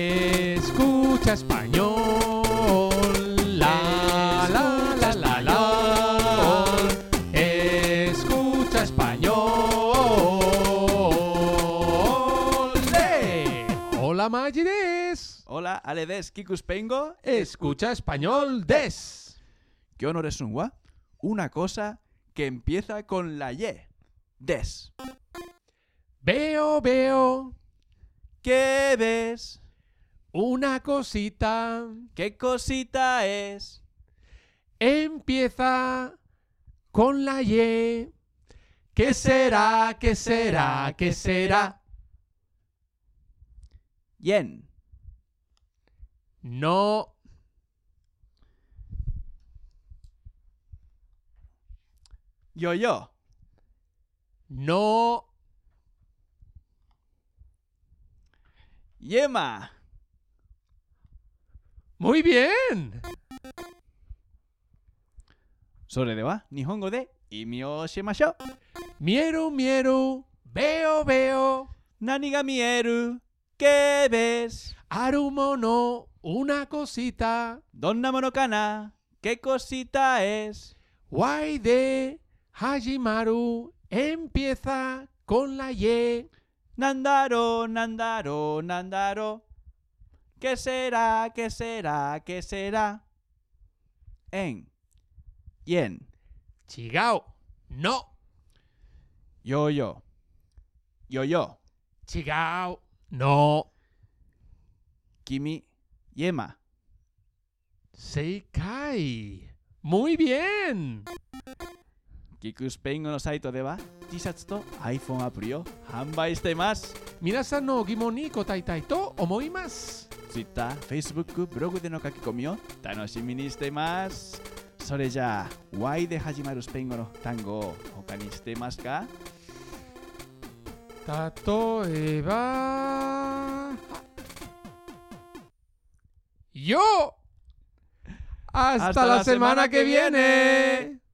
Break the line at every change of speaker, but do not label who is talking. Escucha español. La la la la la. Escucha español. ¡Eh! Hola Mayres.
Hola, ale des, kikus pengo,
Escucha español des.
¿Qué honor es un wa? Una cosa que empieza con la Y. Des.
Veo, veo
¿Qué ves?
una cosita.
¿Qué cosita es?
Empieza con la Y. ¿Qué será? ¿Qué será? ¿Qué será?
Yen.
No.
Yo yo.
No,
Yema.
muy bien.
Sobre de wa, nihongo de imio shimashou.
Mieru, mieru, veo, veo,
Nani ga mieru? ¿Qué ves?
arumo no, una cosita,
Donna monocana. ¿Qué cosita es?
guay de Hajimaru, empieza con la Y.
Nandaro, nandaro, nandaro. ¿Qué será? ¿Qué será? ¿Qué será? En. Yen.
Chigao, no,
Yo yo. Yo yo.
chigao, no.
Kimi. Yema.
Seikai, muy bien.
Kikus Pengo no saito de wa. T-shirts to iPhone アプリを販売しています。
Minasan no gimon ni kotai to omoimasu.
Twitter、Facebook、ブログでの書き込みを楽しみにしています。それじゃあ、Y で始まるスペイン語の単語を他にしていますか
例えばよ ¡Hasta,
Hasta
la, semana
la semana
que
que
viene!
viene.